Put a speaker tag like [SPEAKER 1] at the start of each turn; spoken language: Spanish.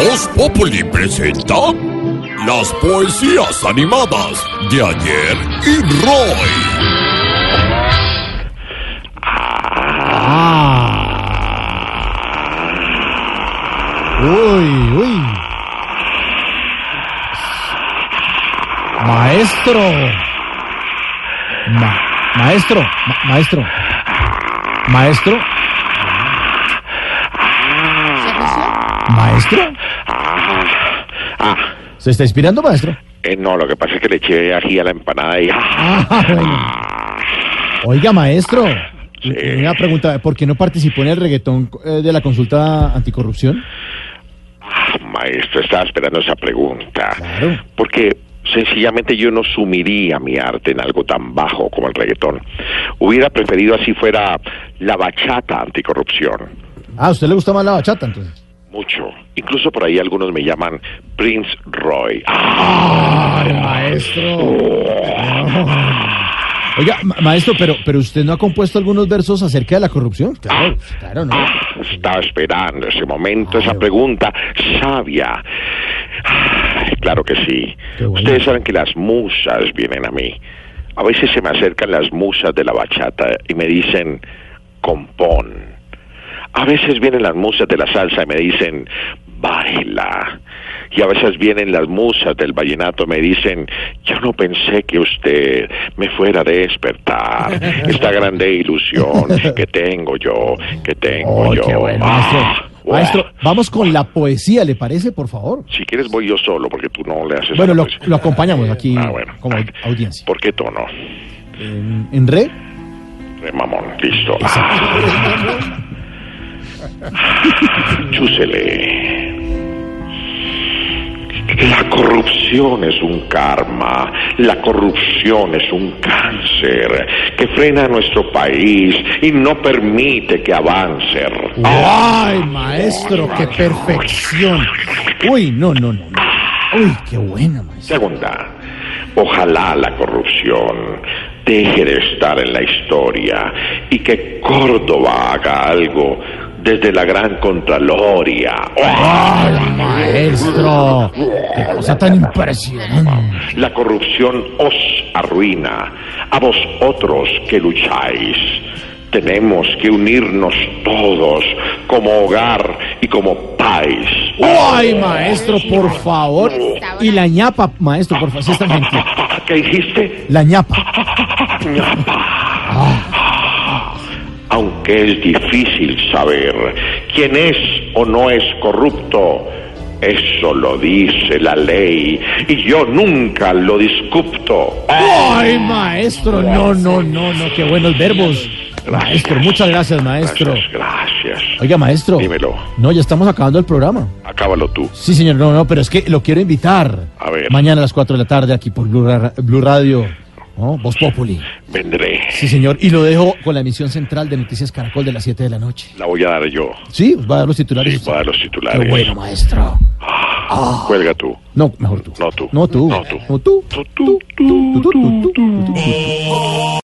[SPEAKER 1] Voz Populi presenta las poesías animadas de ayer y Roy.
[SPEAKER 2] Ah. Uy, uy. Maestro. Ma- maestro, ma- maestro. Maestro. Maestro. ¿Se está inspirando, maestro?
[SPEAKER 3] Eh, no, lo que pasa es que le eché ají a la empanada y...
[SPEAKER 2] Ah, bueno. Oiga, maestro. Una pregunta, ¿por qué no participó en el reggaetón eh, de la consulta anticorrupción?
[SPEAKER 3] Ah, maestro, estaba esperando esa pregunta.
[SPEAKER 2] Claro.
[SPEAKER 3] Porque sencillamente yo no sumiría mi arte en algo tan bajo como el reggaetón. Hubiera preferido así fuera la bachata anticorrupción.
[SPEAKER 2] Ah, ¿a usted le gusta más la bachata, entonces?
[SPEAKER 3] Mucho. Incluso por ahí algunos me llaman Prince Roy. Ah,
[SPEAKER 2] Ay, maestro. Oiga, ma- maestro, pero, pero usted no ha compuesto algunos versos acerca de la corrupción. Claro, claro, no.
[SPEAKER 3] Ah, estaba esperando ese momento, esa
[SPEAKER 2] Claro.
[SPEAKER 3] pregunta sabia. Ah, claro que sí.
[SPEAKER 2] Qué bueno.
[SPEAKER 3] Ustedes saben que las musas vienen a mí. A veces se me acercan las musas de la bachata y me dicen, compón. A veces vienen las musas de la salsa y me dicen, baila. Y a veces vienen las musas del vallenato y me dicen, yo no pensé que usted me fuera a despertar. Esta grande ilusión que tengo yo, que tengo
[SPEAKER 2] Oh,
[SPEAKER 3] yo.
[SPEAKER 2] qué bueno, maestro.
[SPEAKER 3] Ah, wow.
[SPEAKER 2] Maestro, vamos con la poesía, ¿le parece, por favor?
[SPEAKER 3] Si quieres voy yo solo porque tú no le haces...
[SPEAKER 2] Bueno,
[SPEAKER 3] a la
[SPEAKER 2] lo,
[SPEAKER 3] poesía.
[SPEAKER 2] lo acompañamos aquí
[SPEAKER 3] Ah, bueno.
[SPEAKER 2] como aud- audiencia.
[SPEAKER 3] ¿Por qué tono?
[SPEAKER 2] En, en re,
[SPEAKER 3] Eh, Mamón, listo. Ah. Chúsele. La corrupción es un karma, la corrupción es un cáncer que frena a nuestro país y no permite que avance.
[SPEAKER 2] ¡Ay, maestro, qué perfección! Uy, no, no, no. no. Uy, qué buena, maestro.
[SPEAKER 3] Segunda, ojalá la corrupción deje de estar en la historia y que Córdoba haga algo desde la gran Contraloria.
[SPEAKER 2] ¡Ay, maestro! ¡Qué cosa tan impresionante!
[SPEAKER 3] La corrupción os arruina, a vosotros que lucháis. Tenemos que unirnos todos como hogar y como país.
[SPEAKER 2] ¡Ay, maestro, por favor! Y la ñapa, maestro, por favor, sí es tan gentil.
[SPEAKER 3] ¿Qué dijiste?
[SPEAKER 2] La ñapa.
[SPEAKER 3] Aunque es difícil saber quién es o no es corrupto, eso lo dice la ley y yo nunca lo discupto.
[SPEAKER 2] ¡Ay, maestro! No, no, no, no, qué buenos verbos. Maestro, muchas gracias, maestro.
[SPEAKER 3] Gracias, gracias.
[SPEAKER 2] Oiga, maestro.
[SPEAKER 3] Dímelo.
[SPEAKER 2] No, ya estamos acabando el programa.
[SPEAKER 3] Acábalo tú.
[SPEAKER 2] Sí, señor, no, no, pero es que lo quiero invitar.
[SPEAKER 3] A ver.
[SPEAKER 2] Mañana a las 4 de la tarde aquí por Blue, Ra- Blue Radio, ¿no? Voz Populi.
[SPEAKER 3] Vendré.
[SPEAKER 2] Sí, señor, y lo dejo con la emisión central de Noticias Caracol de las 7 de la noche.
[SPEAKER 3] La voy a dar yo.
[SPEAKER 2] Sí, pues va a dar los titulares.
[SPEAKER 3] Sí, voy a dar los
[SPEAKER 2] Qué
[SPEAKER 3] titulares.
[SPEAKER 2] bueno, maestro.
[SPEAKER 3] Cuelga tú.
[SPEAKER 2] No, mejor tú.
[SPEAKER 3] No, tú.
[SPEAKER 2] No, tú.
[SPEAKER 3] No, tú.
[SPEAKER 2] No, tú.
[SPEAKER 3] Tú, tú, tú,
[SPEAKER 2] Tú, tú, tú, tú, tú, tú.